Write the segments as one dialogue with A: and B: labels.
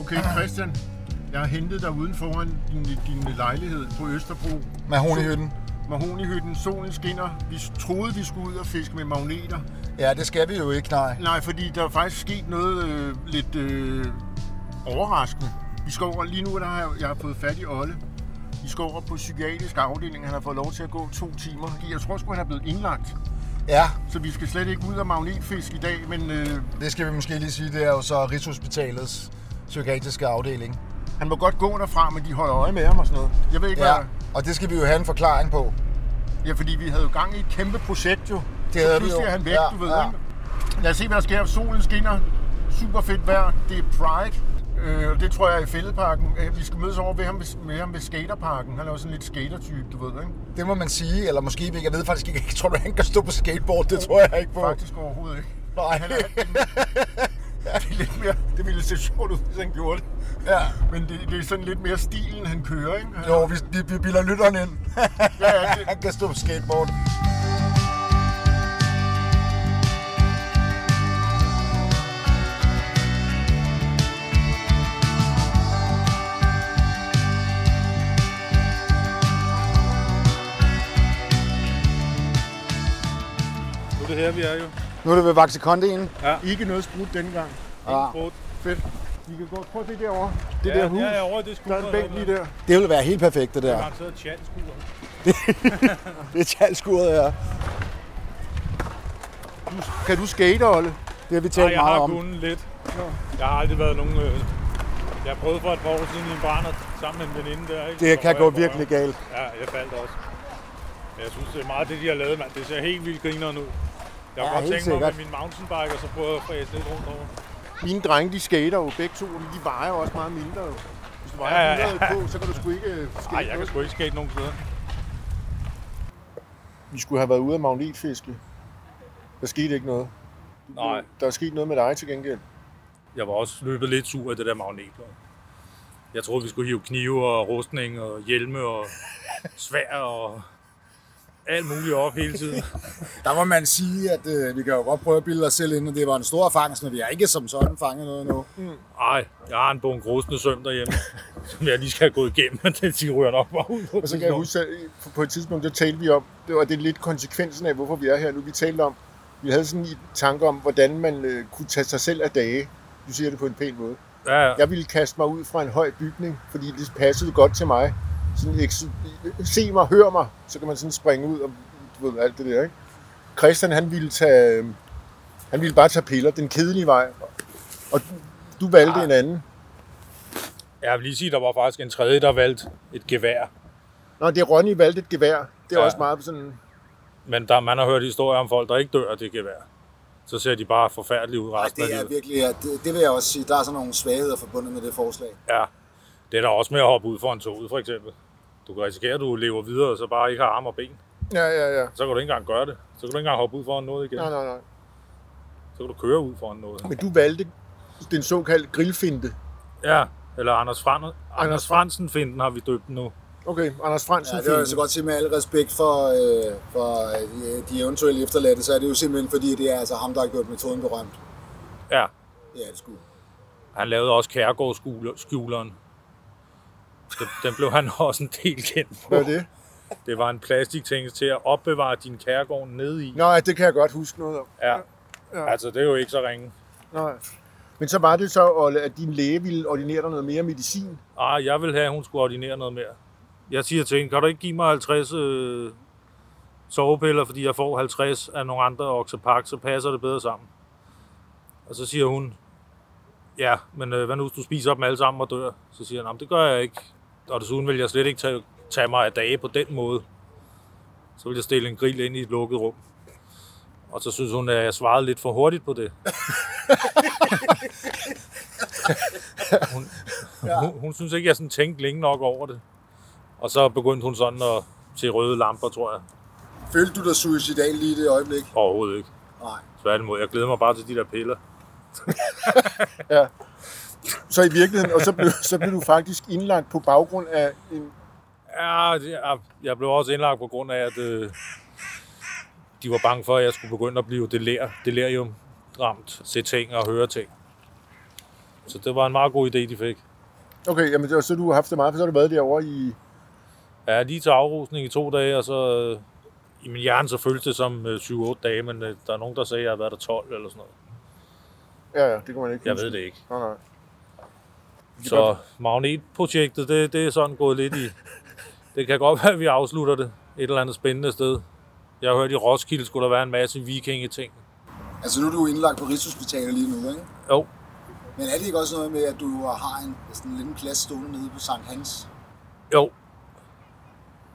A: Okay, Christian, jeg har hentet dig uden foran din, din lejlighed på Østerbro.
B: Mahonihytten.
A: Mahonihytten, solen skinner. Vi troede, vi skulle ud og fiske med magneter.
B: Ja, det skal vi jo ikke, nej.
A: Nej, fordi der er faktisk sket noget øh, lidt øh, overraskende. Vi skal over, lige nu der har jeg, jeg har fået fat i Olle. Vi skal over på psykiatrisk afdeling. Han har fået lov til at gå to timer. Jeg tror sgu, han er blevet indlagt.
B: Ja,
A: Så vi skal slet ikke ud og magnetfisk i dag, men øh,
B: det skal vi måske lige sige, det er jo så Rigshospitalets psykiatriske afdeling.
A: han må godt gå derfra, men de holder øje med ham og sådan noget. Jeg ved ikke,
B: Ja,
A: hvad...
B: og det skal vi jo have en forklaring på.
A: Ja, fordi vi havde jo gang i et kæmpe projekt jo.
B: Det
A: så
B: havde vi
A: pludselig
B: jo.
A: er han væk,
B: Ja,
A: du ved.
B: ja.
A: Ja. Lad os se, hvad der sker. Solen skinner. Super fedt vejr. Det er Pride. Øh, og det tror jeg er i fældeparken. Øh, vi skal mødes over ved ham ved, med ham ved skaterparken. Han er jo sådan lidt skatertype, du ved, ikke?
B: Det må man sige, eller måske ikke. Jeg ved faktisk ikke, jeg tror, du, han kan stå på skateboard. Det tror jeg ikke på.
A: Faktisk overhovedet ikke.
B: Nej.
A: Han er, det er lidt mere, det ville se sjovt ud, hvis han gjorde det.
B: Ja.
A: Men det, det er sådan lidt mere stilen, han kører, ikke? Han-
B: Jo, vi, vi, vi bilder lytteren ind.
A: Ja, ja, det,
B: Han kan stå på skateboard.
C: Nu er det her, vi er jo.
B: Nu er det ved Vaxikondien.
A: ikke noget sprudt dengang.
B: Ja.
C: Brot.
A: Fedt. Vi kan gå. Prøv det derovre. Det
C: Ja,
A: der hus.
C: Ja, ja, over i det
A: Der
C: skulder.
A: er en bænk lige der.
B: Det ville være helt perfekt, det der.
C: Der er siddet chat i skulderen.
B: Det er tjalskuret her.
A: Kan du skate, Olle?
B: Det har vi
C: Nej,
B: talt
C: jeg
B: meget
C: har
B: om.
C: kunnet lidt. Jeg har aldrig været nogen... Øh... Jeg prøvede for et par år siden i en brænder sammen med en veninde der. Ikke?
B: Det
C: Så
B: kan
C: røg
B: gå
C: jeg på
B: virkelig
C: røven.
B: galt.
C: Ja, jeg faldt også. Men jeg synes, det er meget det, de har lavet, mand. Det ser helt vildt grineren ud. Jeg
B: Ja,
C: har godt
B: helt
C: tænkt mig
B: sikkert.
C: med min mountainbike, og så prøve at fræse lidt rundt over.
A: Mine drenge, de skater jo begge to, men de vejer jo også meget mindre. Jo. Hvis du vejer
C: Ja,
A: ja,
C: ja, ja.
A: 100 på, så kan du sgu ikke øh, skate
C: Nej, jeg kan
A: noget.
C: sgu ikke skate nogen steder.
A: Vi skulle have været ude af magnetfiske. Der skete ikke noget.
C: Nej,
A: Der er sket noget med dig til gengæld.
C: jeg var også løbet lidt sur af det der magnetløg. Jeg troede, vi skulle hive knive og rustning og hjelme og svær og alt muligt op hele tiden.
B: Der må man sige, at øh, vi kan jo godt prøve at bilde os selv ind, og det var en stor fangst, men vi har ikke som sådan fanget noget endnu.
C: Ej, jeg har en bunke rustende søm derhjemme, som jeg lige skal have gået igennem, men det de ryger nok bare ud. på
A: Og så kan
C: tidspunkt.
A: jeg huske, at på et tidspunkt, der talte vi om, det var det er lidt konsekvensen af, hvorfor vi er her nu. Vi talte om, vi havde sådan en tanke om, hvordan man øh, kunne tage sig selv af dage. Du siger det på en pæn måde.
C: Ja, ja.
A: Jeg ville kaste mig ud fra en høj bygning, fordi det passede godt til mig. Sådan, eks- se mig, hør mig, så kan man sådan springe ud og du ved, alt det der. Ikke? Christian, han ville, tage, øh, han ville bare tage piller den kedelige vej. Og du- du valgte
B: Ah.
A: en anden.
C: Jeg vil lige sige, at der var faktisk en tredje, der valgte et gevær.
A: Nå, det er Ronny valgte et gevær. Det er
C: Ja.
A: også meget sådan...
C: Men der, man har hørt historier om folk, der ikke dør af det gevær. Så ser de bare forfærdeligt ud
B: Ej,
C: resten af
B: det er
C: livet.
B: virkelig, ja, det, det vil jeg også sige, der er sådan nogle svagheder forbundet med det forslag.
C: Ja. Det er der også med at hoppe ud for en tog, for eksempel. Du kan risikere, at du lever videre, og så bare ikke har arme og ben.
A: Ja, ja, ja.
C: Så kan du ikke engang gøre det. Så kan du ikke engang hoppe ud foran noget igen.
A: Nej, nej, nej.
C: Så kan du køre ud foran noget.
A: Men du valgte den såkaldte grillfinte.
C: Ja, eller Anders, Fran... Anders Fransen finden har vi døbt den nu.
A: Okay, Anders Fransen
B: Ja, det vil jeg så
A: finte.
B: godt sige med al respekt for, øh, for øh, de eventuelle efterladte, så er det jo simpelthen fordi, det er altså ham, der har gjort metoden berømt.
C: Ja,
B: Ja, det skulle.
C: han lavede også Kærgårdsskjuleren. Den- Den blev han også en del kendt på.
A: Hvad er det?
C: Det var en plastikting til at opbevare din kærgård nede i.
A: Nå, ja, det kan jeg godt huske noget om.
C: Ja. Altså, det er jo ikke så ringe.
A: Nej. Men så var det så, Olle, at din læge ville ordinere dig noget mere medicin.
C: Ah, jeg vil have, at hun skulle ordinere noget mere. Jeg siger til hende, kan du ikke give mig 50 øh, sovepiller, fordi jeg får 50 af nogle andre oksepak, så passer det bedre sammen. Og så siger hun, ja, men øh, hvad nu hvis du spiser dem alle sammen og dør? Så siger han, det gør jeg ikke. Og desuden vil jeg slet ikke tage, tage mig af dage på den måde. Så vil jeg stille en grill ind i et lukket rum. Og så synes hun, at jeg svarede lidt for hurtigt på det. hun, hun, hun synes ikke, jeg sådan tænkte længe nok over det. Og så begyndte hun sådan at se røde lamper, tror jeg.
B: Følte du dig suicidal lige i det øjeblik?
C: Overhovedet ikke.
B: Nej.
C: Tværtimod, jeg glæder mig bare til de der piller.
A: Så i virkeligheden, og så blev, så blev du faktisk indlagt på baggrund af en...
C: Ja, det- jeg- jeg blev også indlagt på grund af, at øh, de var bange for, at jeg skulle begynde at blive deler, delirium ramt, se ting og høre ting. Så det var en meget god idé, de fik.
A: Okay, jamen, det var, så du har haft det meget, for så har du været derovre i...
C: Ja, lige til afrusning i to dage, og så... Øh, I min hjerne så føltes det som øh, 7-8 dage, men øh, der er nogen, der sagde, at jeg har været der 12 eller sådan noget.
A: Ja, ja, det kan man ikke
C: Jeg ved det ikke.
A: Nej, nej.
C: Så magnetprojektet, det, det er sådan gået lidt i... Det kan godt være, at vi afslutter det et eller andet spændende sted. Jeg har hørt, i Roskilde skulle der være en masse vikingeting.
B: Altså nu er du jo indlagt på Rigshospitalet lige nu, ikke?
C: Jo,
B: Men er det ikke også noget med, at du har en sådan en lille plads stående nede på Sankt Hans?
C: jo.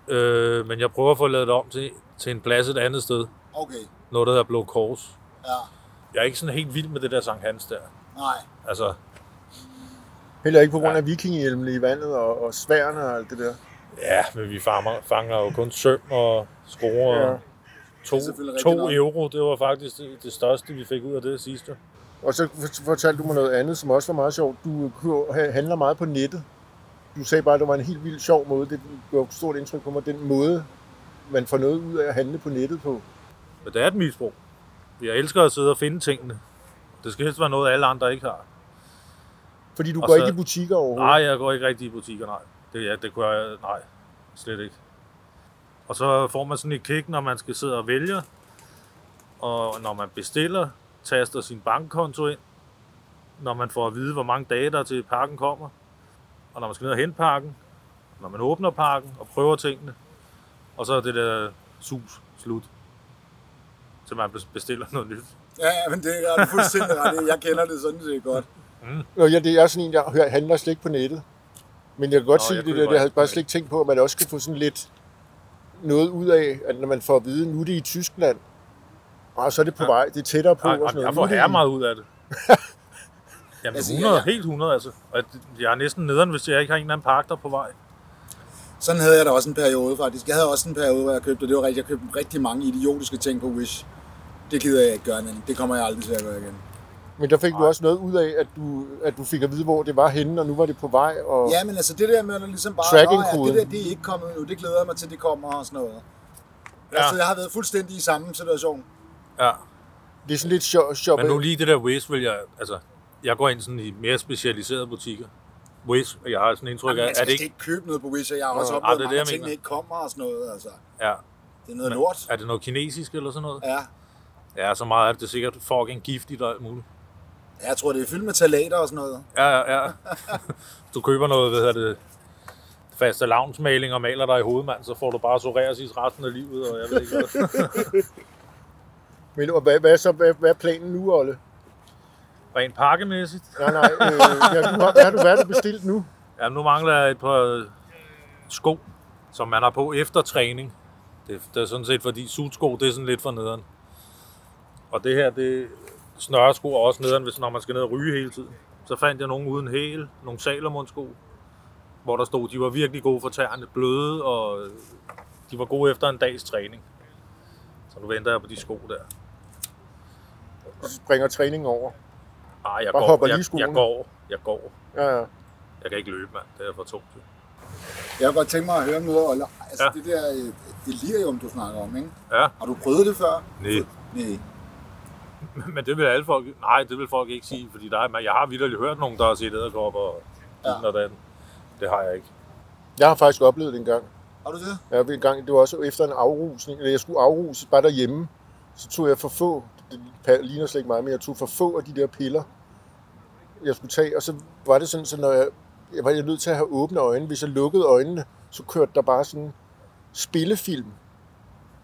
C: Øh, men jeg prøver at få lavet det om til, til en plads et andet sted.
B: Okay,
C: Noget, der hedder Blå Kors.
B: ja.
C: Jeg er ikke sådan helt vild med det der Sankt Hans der.
B: Nej,
C: Altså,
A: Heller ikke på grund
C: Ja.
A: af vikingehjelmene i vandet og, og sværene og alt det der.
C: ja, men vi fanger, fanger jo kun søm og skruer.
A: Ja.
C: Ja. To,
B: Det er selvfølgelig rigtigt
C: to
B: nok.
C: euro, det var faktisk det, det største, vi fik ud af det sidste.
A: Og så fort- fortalte du mig noget andet, som også var meget sjovt. Du kører- ha- handler meget på nettet. Du sagde bare, at det var en helt vildt sjov måde. Det gjorde et stort indtryk på mig, den måde, man får noget ud af at handle på nettet på.
C: Men det er et misbrug. Jeg elsker at sidde og finde tingene. Det skal helst være noget, alle andre ikke har.
A: Fordi du
C: Og
A: går
C: så-
A: ikke i butikker overhovedet.
C: Nej, jeg går ikke rigtig i butikker, nej. Det, ja, det kunne jeg, nej, slet ikke. Og så får man sådan et kick, når man skal sidde og vælge. Og når man bestiller, taster sin bankkonto ind. Når man får at vide, hvor mange dage der er til pakken kommer. Og når man skal ned og hente pakken. Når man åbner pakken og prøver tingene. Og så er det der sus slut. Så man bestiller noget nyt.
B: ja, ja, men det er du fuldstændig ret. i. Jeg kender det sådan set godt.
A: Nå, ja, det er sådan en, jeg hører- handler slet ikke på nettet. Men jeg kan godt
C: Nå,
A: se
C: jeg
A: det
C: køber
A: der, jeg havde
C: ikke på
A: bare slet ikke tænkt på, at man også kan få sådan lidt noget ud af, at når man får at vide, nu er det i Tyskland, og så er det på vej, det er tættere på.
C: Nej,
A: og
C: jamen,
A: sådan
C: jeg
A: noget. Nu
C: får
A: er det i-
C: herre meget ud af det. Jamen
B: Altså,
C: altså,
B: jeg-
C: 100,
B: jeg-
C: helt 100 altså. Og det- jeg er næsten nederen, hvis jeg ikke har en eller anden park, der er på vej.
B: Sådan havde jeg da også en periode faktisk. Jeg havde også en periode, hvor jeg købte, og det var rigtigt, jeg købte rigtig mange idiotiske ting på Wish. Det gider jeg ikke gøre, men det kommer jeg aldrig til at gøre igen.
A: Men der fik du også noget ud af, at du, at du fik at vide, hvor det var henne, og nu var det på vej. Og...
B: Ja, men altså det der med, at der ligesom bare,
A: Tracking-koden.
B: "Nå ja, det der det er ikke kommet endnu, det glæder jeg mig til, det kommer og sådan noget. Ja.
C: Ja.
B: Altså, jeg har været fuldstændig i samme situation.
C: Ja.
A: Det er sådan lidt sjovt. Shop-
C: Men nu lige det der Waze, vil jeg... Altså, jeg går ind sådan i mere specialiserede butikker. Waze, jeg har sådan indtryk af,
B: altså, Jeg
C: at
B: skal
C: det
B: ikke...
C: ikke...
B: ikke købe noget på Wish, og jeg har også
A: Nå,
B: oplevet,
C: ah, det er
B: at
C: det,
B: mange
C: jeg
B: ting
C: mener.
B: ikke kommer og sådan noget. Altså.
C: Ja.
B: Det er noget lort.
C: Er det noget kinesisk eller sådan noget?
B: Ja.
C: Ja, så meget er det sikkert fucking giftigt og alt muligt.
B: Jeg tror, det er fyldt med talater og sådan noget.
C: Ja, ja, ja. du køber noget, hvad hedder det, faste lavnsmaling og maler dig i hovedet, mand, så får du bare psoriasis resten af livet, og jeg ved ikke hvad.
A: Men og hvad, hvad, så, hvad, hvad er planen nu, Olle?
C: Rent pakkemæssigt,
A: Nej, nej. Øh, ja, du har, hvad, har du, hvad har du bestilt nu?
C: Ja, nu mangler jeg et par øh, sko, som man har på efter træning. Det, det er sådan set, fordi sutsko, det er sådan lidt for nederen. Og det her, det snøresko er også nederen, hvis, når man skal ned og ryge hele tiden. Så fandt jeg nogle uden hæl, nogle Salomon-sko, hvor der stod, de var virkelig gode for tæerne, bløde, og øh, de var gode efter en dags træning. Så nu venter jeg på de sko der.
A: Du springer træningen over.
C: Ej, Ah, jeg
A: Bare
C: går,
A: hopper lige i
C: jeg, jeg
A: skoene.
C: går, jeg går.
A: Ja, ja.
C: Jeg kan ikke løbe, mand. Det er for tungt.
B: Jeg kunne godt tænke mig at høre noget, Olle. Altså, ja.
C: Ja.
B: det der øh, delirium, du snakker om, ikke?
C: Ja,
B: Har du prøvet det før?
C: nej.
B: Nej.
C: Men det vil alle folk... Nej, det vil folk ikke sige, fordi der er, men jeg har vidderligt hørt nogen, der har set æderkopper og
B: Ja.
C: ja. og den. Det har jeg ikke.
A: Jeg har faktisk oplevet det en gang.
B: Har du det?
A: Jeg, en gang. Det var også efter en afrusning, eller jeg skulle afruse bare derhjemme. Så tog jeg for få, det pa- ligner slet ikke mig, men jeg tog for få af de der piller, jeg skulle tage. Og så var det sådan, så når jeg, jeg var nødt til at have åbne øjne. Hvis jeg lukkede øjnene, så kørte der bare sådan spillefilm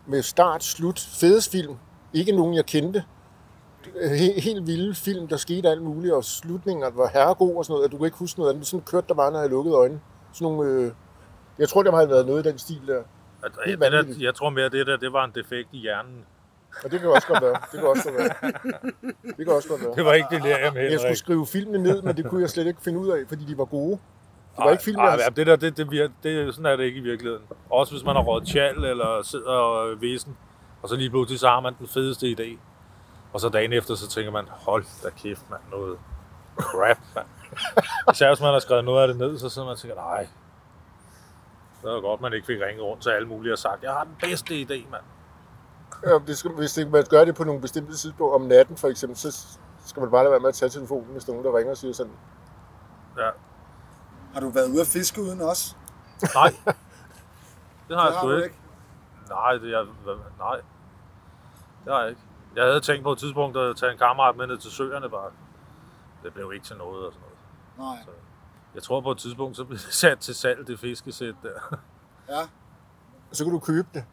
A: med start, slut, fedesfilm. Ikke nogen, jeg kendte. He- helt vilde film, der skete alt muligt, og slutninger var herregod og sådan noget, og du kunne ikke huske noget andet. Men Sådan kørte der bare, når jeg lukkede øjnene. Sådan nogle, øh, jeg tror, der har været noget i den stil der.
C: At,
A: Helt
C: det der,
A: vanvittigt.
C: Altså, jeg tror mere, at det der det var en defekt i hjernen.
A: Og det kan jo også godt være. Det kan også godt være. Det kan også godt være.
C: Det var ikke det der med
A: Jeg skulle skrive filmene ned, men det kunne jeg slet ikke finde ud af, fordi de var gode. Det var ikke film, jeg havde-
C: det der, det, det, vir- det, sådan er det ikke i virkeligheden. Også hvis man har råd tjal eller sidder og øh, væsen, og så lige pludselig så har man den fedeste idé. Og så dagen efter, så tænker man, hold da kæft, mand, noget crap, mand. Især hvis man har skrevet noget af det ned, så sidder man og tænker, nej, det var godt, man ikke fik ringet rundt til alle mulige og sagt, jeg har den bedste idé, mand.
A: øh, Ja, det skal, hvis det, man gør det på nogle bestemte tidspunkter, om natten for eksempel, så, Så skal man bare lade være med at tage telefonen, hvis der er nogen, der ringer og siger sådan,
C: Ja.
B: Har du været ude at fiske uden os?
C: Nej. Det har
B: Det
C: jeg sgu
B: du
C: ikke. Nej, det er, hva- nej. Det har jeg ikke. Jeg havde tænkt på et tidspunkt at tage en kammerat med ned til søerne bare. Det blev ikke til noget og sådan noget.
B: Nej.
C: Jeg tror på et tidspunkt, så blev det sat til salg, det fiskesæt der.
B: Ja.
A: så kan du købe det.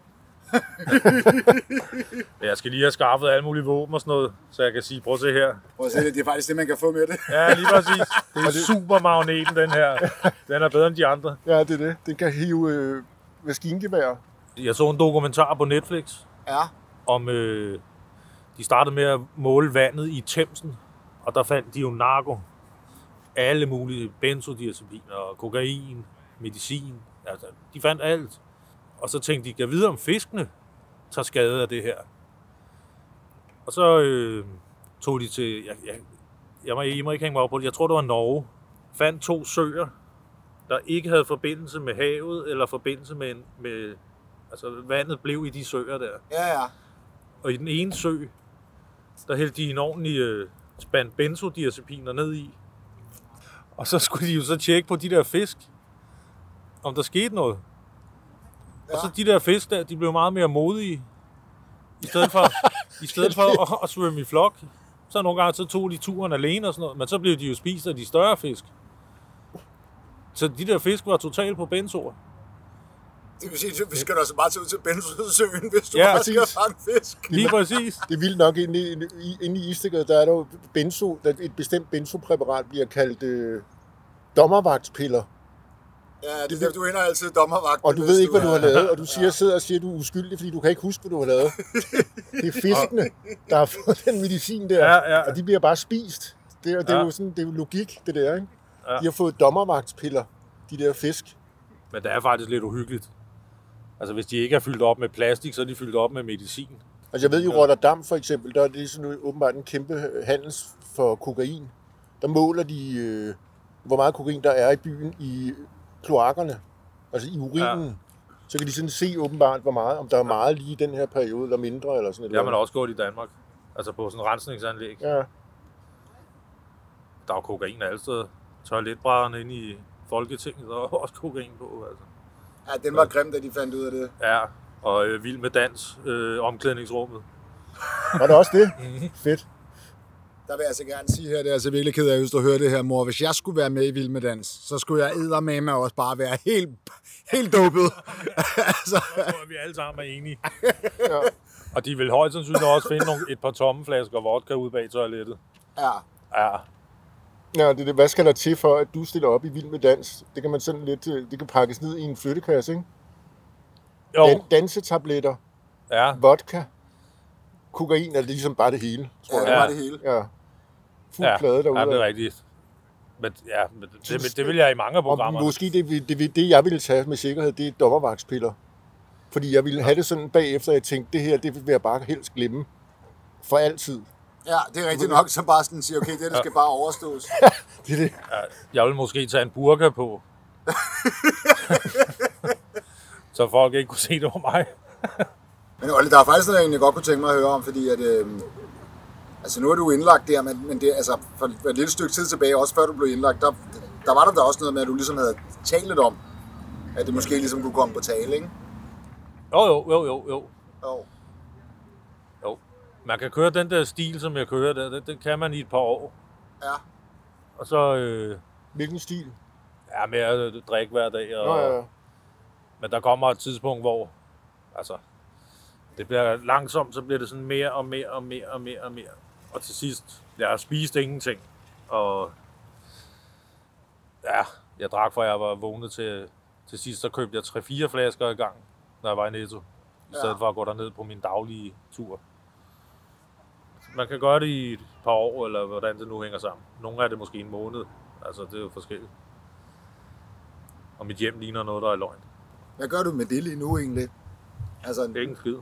C: Men Jeg skal lige have skaffet alle mulige våben og sådan noget, så jeg kan sige, prøv at se her.
B: Prøv at se det. Det er faktisk det, man kan få med det.
C: Ja, lige præcis. Det er supermagneten, den her. Den er bedre end de andre.
A: Ja, det er det. Den kan hive øh, maskingevær.
C: Jeg så en dokumentar på Netflix
B: Ja.
C: om, øh, de startede med at måle vandet i Thamesen, og der fandt de jo narko. Alle mulige benzodiazepiner, og kokain, medicin, altså de fandt alt. Og så tænkte de, kan vide om fiskene tager skade af det her. Og så øh, tog de til, jeg, jeg, jeg, må, I må ikke hænge mig op på det, jeg tror det var Norge, fandt to søer, der ikke havde forbindelse med havet, eller forbindelse med, en- med altså vandet blev i de søer der.
B: Ja, ja.
C: Og i den ene sø, der hældte de en ordentlig øh, spand benzodiazepiner ned i. Og så skulle de jo så tjekke på de der fisk, om der skete noget. Ja. Og så de der fisk der, de blev meget mere modige. I stedet for, i stedet for at, at svømme i flok, så nogle gange så tog de turen alene og sådan noget. Men så blev de jo spist af de større fisk. Så de der fisk var totalt på benzoer.
B: Det vil sige, vi skal da så bare tage ud til Bensøen, hvis du
C: Ja,
B: ja, bare
C: præcis.
B: skal fange fisk.
C: Lige præcis.
A: Det er vildt nok, inde i, i- inde i istikket, der er der jo benzo, der et bestemt benzopræparat bliver kaldt øh, dommervagtspiller.
B: Ja, det er derfor, du ender altid dommervagt.
A: Og du ved ikke, hvad du har lavet, og du siger, sidder og siger, at du er uskyldig, fordi du kan ikke huske, hvad du har lavet. Det er fiskene, der har fået den medicin der,
C: Ja, ja.
A: og de bliver bare spist. Det, og det, er
C: Ja.
A: jo sådan, det er jo logik, det der. Ikke?
C: Ja.
A: De har fået dommervagtspiller, de der fisk.
C: Men det er faktisk lidt uhyggeligt. Altså, hvis de ikke er fyldt op med plastik, så er de fyldt op med medicin.
A: Altså jeg ved jo, Rotterdam for eksempel, der er det sådan åbenbart en kæmpe handels for kokain. Der måler de, øh, hvor meget kokain der er i byen i kloakkerne, altså i urinen. Ja. Så kan de sådan se åbenbart, hvor meget, om der er meget lige i den her periode, eller mindre, eller sådan
C: Det har man
A: noget.
C: også gjort i Danmark. Altså på sådan en rensningsanlæg. Ja.
A: Ja,
C: Der er jo kokain alle steder. Toiletbrædderne inde i Folketinget, der er også kokain på. Altså.
B: Ja, den var grim, da de fandt ud af det.
C: Ja, og øh, vild med dans, øh, omklædningsrummet.
A: var det også det?
C: Mhm.
A: Fedt.
B: Der vil jeg altså gerne sige her, det er jeg altså virkelig ked af, hvis du hører det her, mor. Hvis jeg skulle være med i Vild med Dans, så skulle jeg eddermame også bare være helt, helt dopet. altså,
C: Jeg tror, at vi alle sammen er enige. Og de vil højst sandsynligt også finde nogle, et par tomme flasker vodka ude bag toilettet.
B: ja.
C: Ja,
A: Ja, det er det. Hvad skal der til for, at du stiller op i Vild med Dans? Det kan man sådan lidt, øh, det kan pakkes ned i en flyttekasse, ikke?
C: jo,
A: Dan- dansetabletter,
C: ja.
A: vodka, kokain er ligesom bare det hele, tror jeg.
B: ja, det var det hele.
A: Ja. Fuld
C: ja.
A: ja. plade derude.
C: Ja, det er rigtigt. Men, ja, men det, det, det, vil jeg i mange af
A: Og
C: programmerne.
A: måske det, vi- det, vi- det, jeg ville tage med sikkerhed, det er dommervagtspiller. Fordi jeg ville have det sådan bagefter, at jeg tænkte, det her, det vil jeg bare helst glemme. For altid.
B: Ja, det er rigtigt nok, så bare sådan siger, okay, det her, det skal bare overstås.
A: Det er det.
C: Jeg vil måske tage en burka på. så folk ikke kunne se, det var mig.
B: Men Olle, der er faktisk noget, jeg egentlig godt kunne tænke mig at høre om, fordi at, øh, altså nu er du indlagt der, men, men det, altså, for, for et lille stykke tid tilbage, også før du blev indlagt, der, der var der da også noget med, at du ligesom havde talt lidt om, at det måske ligesom kunne komme på tale, ikke?
C: Jo, jo, jo, jo, jo.
B: Jo.
C: jo. Man kan køre den der stil, som jeg kører der. Den, den kan man i et par år.
B: Ja.
C: Og så øh,
A: Hvilken stil?
C: er med at drikke hver dag. Og,
A: Nå, ja, ja.
C: Men der kommer et tidspunkt, hvor altså, det bliver langsomt, så bliver det sådan mere og mere og mere og mere og mere. Og til sidst, jeg spiste ingenting. Og ja, jeg drak, for jeg var vågnet til, til sidst, så købte jeg 3-4 flasker i gang, når jeg var i Netto. I stedet
B: Ja.
C: ja. for at gå derned på min daglige tur. Man kan gøre det i et par år, eller hvordan det nu hænger sammen. Nogle er det måske en måned. Altså, det er jo forskelligt. Og mit hjem ligner noget, der er løgn.
B: Hvad gør du med det lige nu egentlig? Altså,
C: Det er ikke en skid.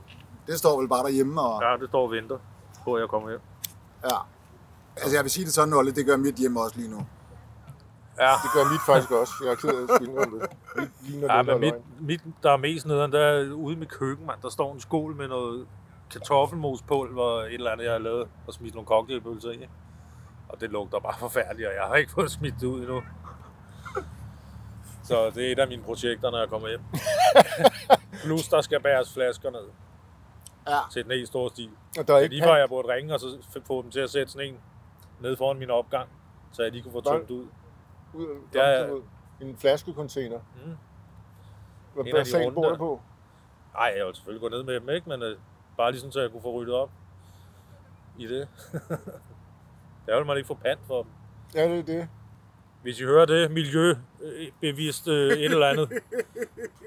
B: det står vel bare derhjemme, og ja.
C: Ja, det står og venter på, at jeg kommer hjem.
B: ja. Altså, jeg vil sige det sådan, Olle, det gør mit hjemme også lige nu.
C: Ja,
A: Det gør mit faktisk også. Jeg er ked af at skulle indrømme det. Mit ligner
C: ja
A: den der
C: men mit,
A: løgn.
C: mit, der er mest nederen, der er ude med køkken, mand. Der står en skål med noget kartoffelmospulver og et eller andet, jeg har lavet og smidt nogle cocktailpølser i. Og det lugter bare forfærdeligt, og jeg har ikke fået smidt det ud endnu. Så det er et af mine projekter, når jeg kommer hjem. Plus, der skal bæres flasker ned
B: Ja.
C: til den helt store stil.
A: Og der er
C: Det er
A: ikke
C: lige før, jeg burde ringe og så f- få dem til at sætte sådan en ned foran min opgang, så jeg lige kunne få
A: Nå.
C: tømt ud.
A: ud,
C: Ja, ja.
A: ud, en flaskecontainer.
C: Mm.
A: Mm. Hvad
C: En af de
A: basalt bor
C: runde.
A: der på?
C: Nej, jeg ville selvfølgelig gå ned med dem, ikke? Men øh, bare lige sådan, så jeg kunne få ryddet op i det. der ville man ikke få pant for dem.
A: Ja, det er det.
C: Hvis I hører det, miljøbevidst øh, et eller andet.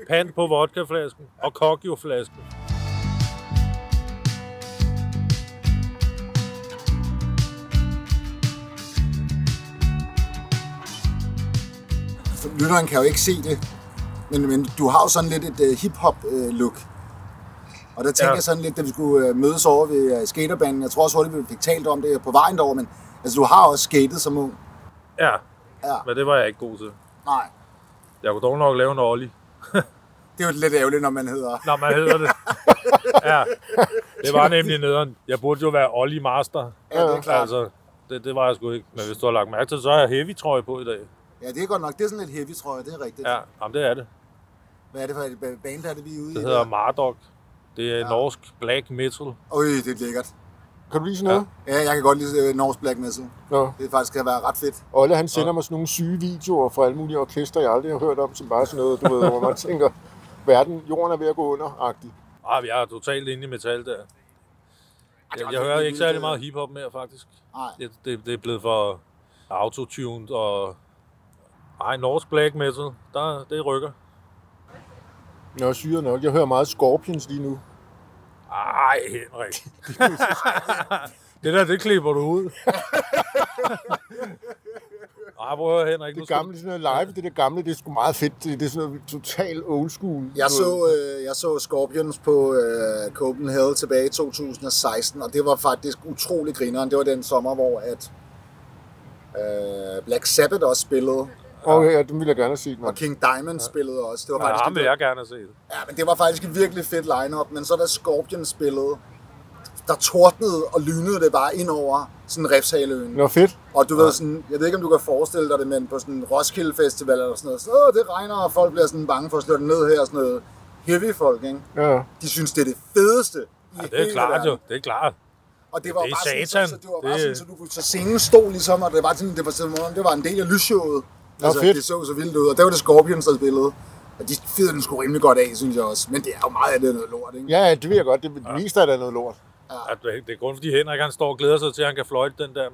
C: Pant på vodkaflasken og kokjoflasken.
B: For Lytteren kan jo ikke se det, men, men du har jo sådan lidt et uh, hip-hop-look. og der tænker
C: Ja.
B: ja. jeg sådan lidt, da vi skulle øh, mødes over ved øh, skaterbanen, jeg tror også hurtigt, vi fik talt om det på vejen derover, men altså, du har også skatet som ung.
C: Ja,
B: Ja,
C: men det var jeg ikke god til.
B: nej.
C: Jeg kunne dog nok lave en ollie.
B: Det er jo lidt ærgerligt, når man hedder...
C: Nå, man hedder det. ja, det var nemlig nederen. Jeg burde jo være ollie master.
B: Ja, det er klart.
C: Altså, det, det var jeg sgu ikke. Men hvis du har lagt mærke til det, så har jeg heavy trøje på i dag.
B: Ja, det er godt nok. Det er sådan lidt heavy, tror jeg. Det er rigtigt.
C: Ja, jamen det er det.
B: Hvad er det for et ba- band, der er det, vi er ude
C: Det
B: i?
C: hedder
B: der?
C: Mardok. Det er ja. norsk black metal.
B: Øj, det er lækkert.
A: Kan du lige sådan noget?
B: Ja, jeg kan godt lide øh, Norse Black Metal.
A: Ja. Nå.
B: Det faktisk kan være ret fedt.
A: Olle, han sender mig sådan nogle syge videoer fra alle mulige orkester, jeg aldrig har hørt om, som bare sådan noget, du ved, hvor man tænker, verden, jorden er ved at gå under-agtigt.
C: Ah, jeg er totalt inde i metal der. Jeg, jeg hører ikke særlig meget hiphop mere, faktisk.
B: Nej,
C: Det, det, det er blevet for autotuned og... Ej, norsk black metal, der, det rykker.
A: Nå, syret nok. Jeg hører meget Scorpions lige nu.
C: Ej, Henrik. det der, det klipper du ud. Ej, prøv at høre, Henrik. nu
A: Det
C: skal
A: gamle, sådan noget live, det der gamle, det er sgu meget fedt. Det, det er sådan noget total old school.
B: Jeg så, øh, jeg så Scorpions på øh, Copenhagen tilbage i 2016, og det var faktisk utrolig grineren. Det var den sommer, hvor at, øh, Black Sabbath også spillede,
A: Okay, ja, den ville jeg gerne have set,
B: og
A: mand.
B: King Diamond spillede også. Det var
C: Du... Ja,
B: faktisk
C: ham vil jeg gerne se. det.
B: ja, men det var faktisk et virkelig fedt lineup. Men så da Scorpions spillede, der tordnede og lynede det bare ind over sådan Refshaløen.
A: Nå, fedt.
B: Og du ved sådan, jeg ved ikke om du kan forestille dig det, men på sådan en Roskilde Festival eller sådan noget, så "Åh, det regner, og folk bliver sådan bange for at slå det ned her og sådan noget. Heavy folk, ikke?
A: Ja.
B: De synes, det er det fedeste i
C: Ja, det
B: hele
C: er klart
B: verden.
C: jo, det er klart.
B: Og det var
C: Det er
B: bare sådan,
C: satan.
B: så, så, det var bare
C: Det-
B: sådan, så du kunne så scenen stod ligesom, og det var sådan, det var, sådan, hvordan det var en del af lysshowet.
A: Nå, fedt.
B: Det så så vildt ud, og der var det Scorpions, der spillede. Og de fyrede den sgu rimelig godt af, synes jeg også. Men det er jo meget af det noget lort, ikke?
A: Ja, ja, det ved jeg godt. Det ja. meste er der noget lort.
C: Ja, det det er kun fordi Henrik, han står og glæder sig til, at han kan fløjte den der...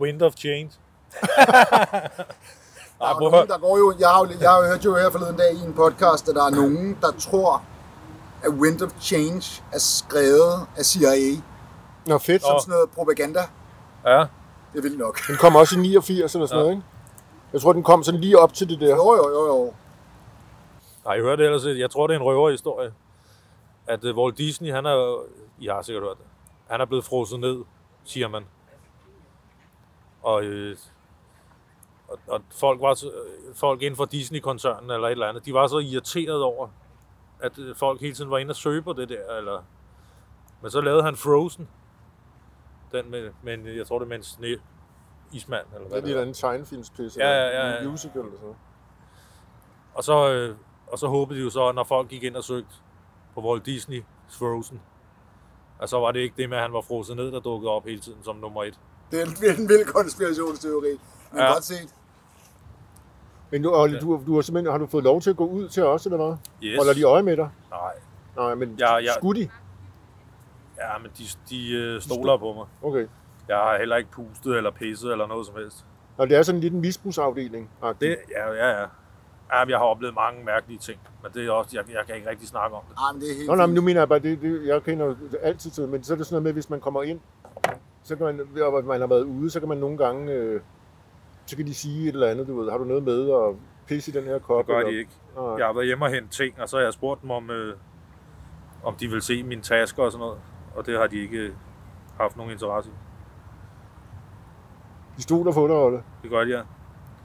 C: Wind of Change.
B: Der,
C: Ej,
B: er jo
C: prøv at
B: nogen,
C: høre.
B: der går jo, jeg har jo, jeg har jo hørt jo her forleden dag i en podcast, at der er nogen, der tror, at Wind of Change er skrevet af CIA.
A: Nå, fedt.
B: Som
C: Nå.
B: sådan noget propaganda.
C: Ja,
B: Det er vildt nok.
A: Den kom også i 89 eller sådan
C: Ja.
A: ja. noget, ikke? Jeg tror, den kom sådan lige op til det der.
B: Jo, jo, jo, jo.
C: Har I hørt det ellers? Jeg tror, det er en røverhistorie. At øh, Walt Disney, han er... I har sikkert hørt det. Han er blevet frosset ned, siger man. Og, øh, og, og folk, var, så- øh, folk inden for Disney-koncernen eller et eller andet, de var så irriteret over, at øh, folk hele tiden var inde og søge på det der. Eller... Men så lavede han Frozen. Den med, men jeg tror, det er med en sne ismand. Eller
A: Det
C: hvad
A: er lige
C: det
A: en
C: var.
A: eller anden tegnefilmspisse.
C: Ja, ja,
A: eller
C: ja,
A: en
C: ja.
A: Musical eller sådan noget.
C: Og så, øh, og så håbede de jo så, at når folk gik ind og søgte på Walt Disney Frozen, og så var det ikke det med, at han var frosset ned, der dukkede op hele tiden som nummer et.
B: Det er en, en vild konspirationsteori. Men
C: Ja.
B: ja. godt set.
A: Men nu, Olle, du, du har simpelthen, har du fået lov til at gå ud til os, eller hvad?
C: Yes.
A: Holder de øje med dig?
C: Nej.
A: Nej, men
C: Ja,
A: ja,
C: ja.
A: ja. skulle de?
C: Ja, men de, de øh, stoler på mig.
A: Okay.
C: Jeg har heller ikke pustet eller pisset eller noget som helst.
A: Nå, det er sådan lidt en misbrugsafdeling.
C: Det, ja, ja, ja. ja men jeg har oplevet mange mærkelige ting, men det er også, jeg, jeg kan ikke rigtig snakke om det.
B: Ej, Ah, men det er helt
A: Nå, nej, men
B: fint.
A: nu mener jeg bare, det, det, jeg kender jo altid til, men så er det sådan noget med, hvis man kommer ind, så kan man, og man har været ude, så kan man nogle gange, øh, så kan de sige et eller andet, du ved, har du noget med og pisse i den her kop?
C: Det gør
A: eller,
C: de ikke.
A: Nej.
C: Jeg har været hjemme og hentet ting, og så har jeg spurgt dem, om, øh, om de vil se mine tasker og sådan noget, og det har de ikke øh, haft nogen interesse i.
A: De stoler på dig, Olle.
C: Det gør de, ja.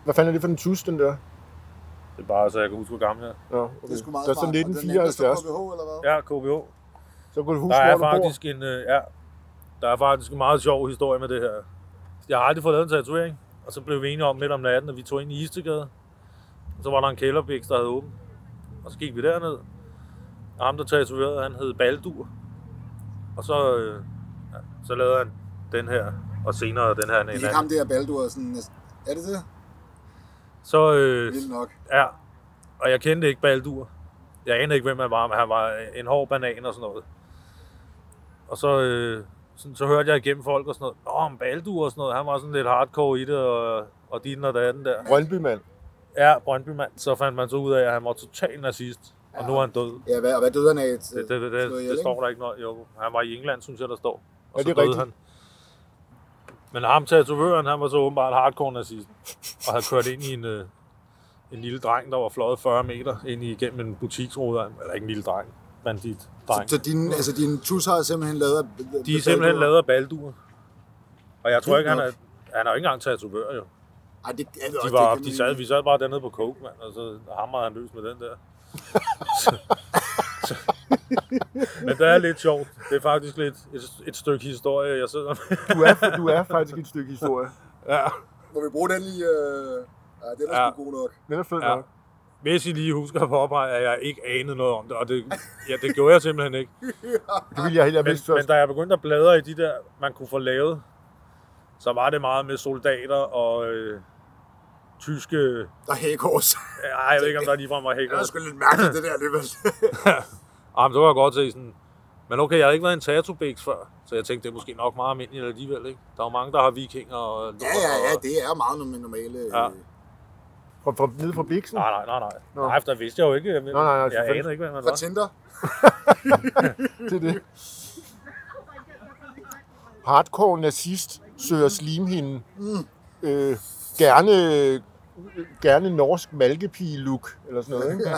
A: Hvad fanden er det for en tus, den der?
C: Det er bare, så jeg kan huske, hvor gammel jeg er.
A: Nå, okay.
B: Det er sgu meget
A: så sådan
B: smart. Og den øh, er efter
A: 1974.
B: KBH, eller hvad?
C: Ja, KBH.
A: Så kan du huske,
C: Der er
A: hvor du bor.
C: faktisk en, øh, ja, der er faktisk en meget sjov historie med det her. jeg har aldrig fået lavet en tatovering. Og så blev vi enige om midt om natten, at vi tog ind i Istegade. Og så var der en kælderbæks, der havde åben. Og så gik vi derned. Og ham, der tatoverede, han hed Baldur. Og så, øh, ja, så lavede han den her, og senere den her. en
B: Det er
C: anden.
B: ikke ham der, Baldur, er sådan, er det det?
C: Så, øh,
B: Vildt nok.
C: Ja, og jeg kendte ikke Baldur. Jeg anede ikke, hvem han var, men han var en hård banan og sådan noget. Og så, øh, sådan, så hørte jeg igennem folk og sådan noget. Nå, om Baldur og sådan noget, han var sådan lidt hardcore i det, og, og din og datten der.
A: Brøndbymand.
C: Ja, Brøndbymand, så fandt man så ud af, at han var total nazist, og nu er han død.
B: Ja, hvad, og hvad døde han af?
C: Det, det, det, det, det står der ikke noget. Jo, han var i England, synes jeg, der står. Og
A: Er
C: så
A: det
C: døde
A: rigtigt?
C: han. Men ham tatovøren, han var så åbenbart hardcore nazist. Og havde kørt ind i en, øh, en lille dreng, der var fløjet 40 meter ind igennem en butiksrude. Eller ikke en lille dreng, bandit dreng.
B: Så, så dine, altså, dine tusser er simpelthen lavet af...
C: De er simpelthen lavet af baldur. Og jeg tror
B: Vildt
C: ikke, han er,
B: nok.
C: han er jo ikke engang tatovør, jo.
B: Ej, det, er det også,
C: De var,
B: det,
C: de sad, vi sad bare dernede på coke, mand, og så hamrede han løs med den der. så, så. Men det er lidt sjovt. Det er faktisk lidt et, et stykke historie, jeg sidder med.
A: Du er, du er faktisk et stykke historie.
C: Ja.
B: Må vi bruge den i... Øh... Ja, det er da
C: Ja.
B: ja. sgu god nok.
A: Den er fed
C: Ja.
A: nok.
C: Hvis I lige husker at påpege, at jeg ikke anede noget om det, og det, ja, det gjorde jeg simpelthen ikke.
A: Det ville jeg heller
C: Men,
A: vidst
C: men
A: først.
C: da jeg begyndte at bladre i de der, man kunne få lavet, så var det meget med soldater og øh, tyske...
B: Der er hækårs.
C: Ej, jeg ved ikke, om der ligefrem var
B: Det
C: hækker.
B: er sgu lidt mærkeligt, det der alligevel.
C: Jamen, så kan jeg godt se sådan, men okay, jeg har ikke været en tatobæks før, så jeg tænkte, det er måske nok meget almindeligt alligevel, ikke? Der er jo mange, der har vikinger og...
B: ja, ja, ja, det er meget norm- normale... øh,
C: Ja.
B: Ja.
A: Fra, fra, nede fra Biksen.
C: Nej, nej, nej, nej.
A: Nå.
C: Nej, for der vidste jeg jo ikke. Jeg, nej,
A: nej, nej,
C: jeg
A: selvfølgelig.
C: anede ikke, hvad man
B: Fra
C: var.
B: Tinder.
A: Det er det. Hardcore nazist søger slimhinden.
B: Mm.
A: Øh, gerne, gerne norsk malkepige-look, eller sådan noget, ikke?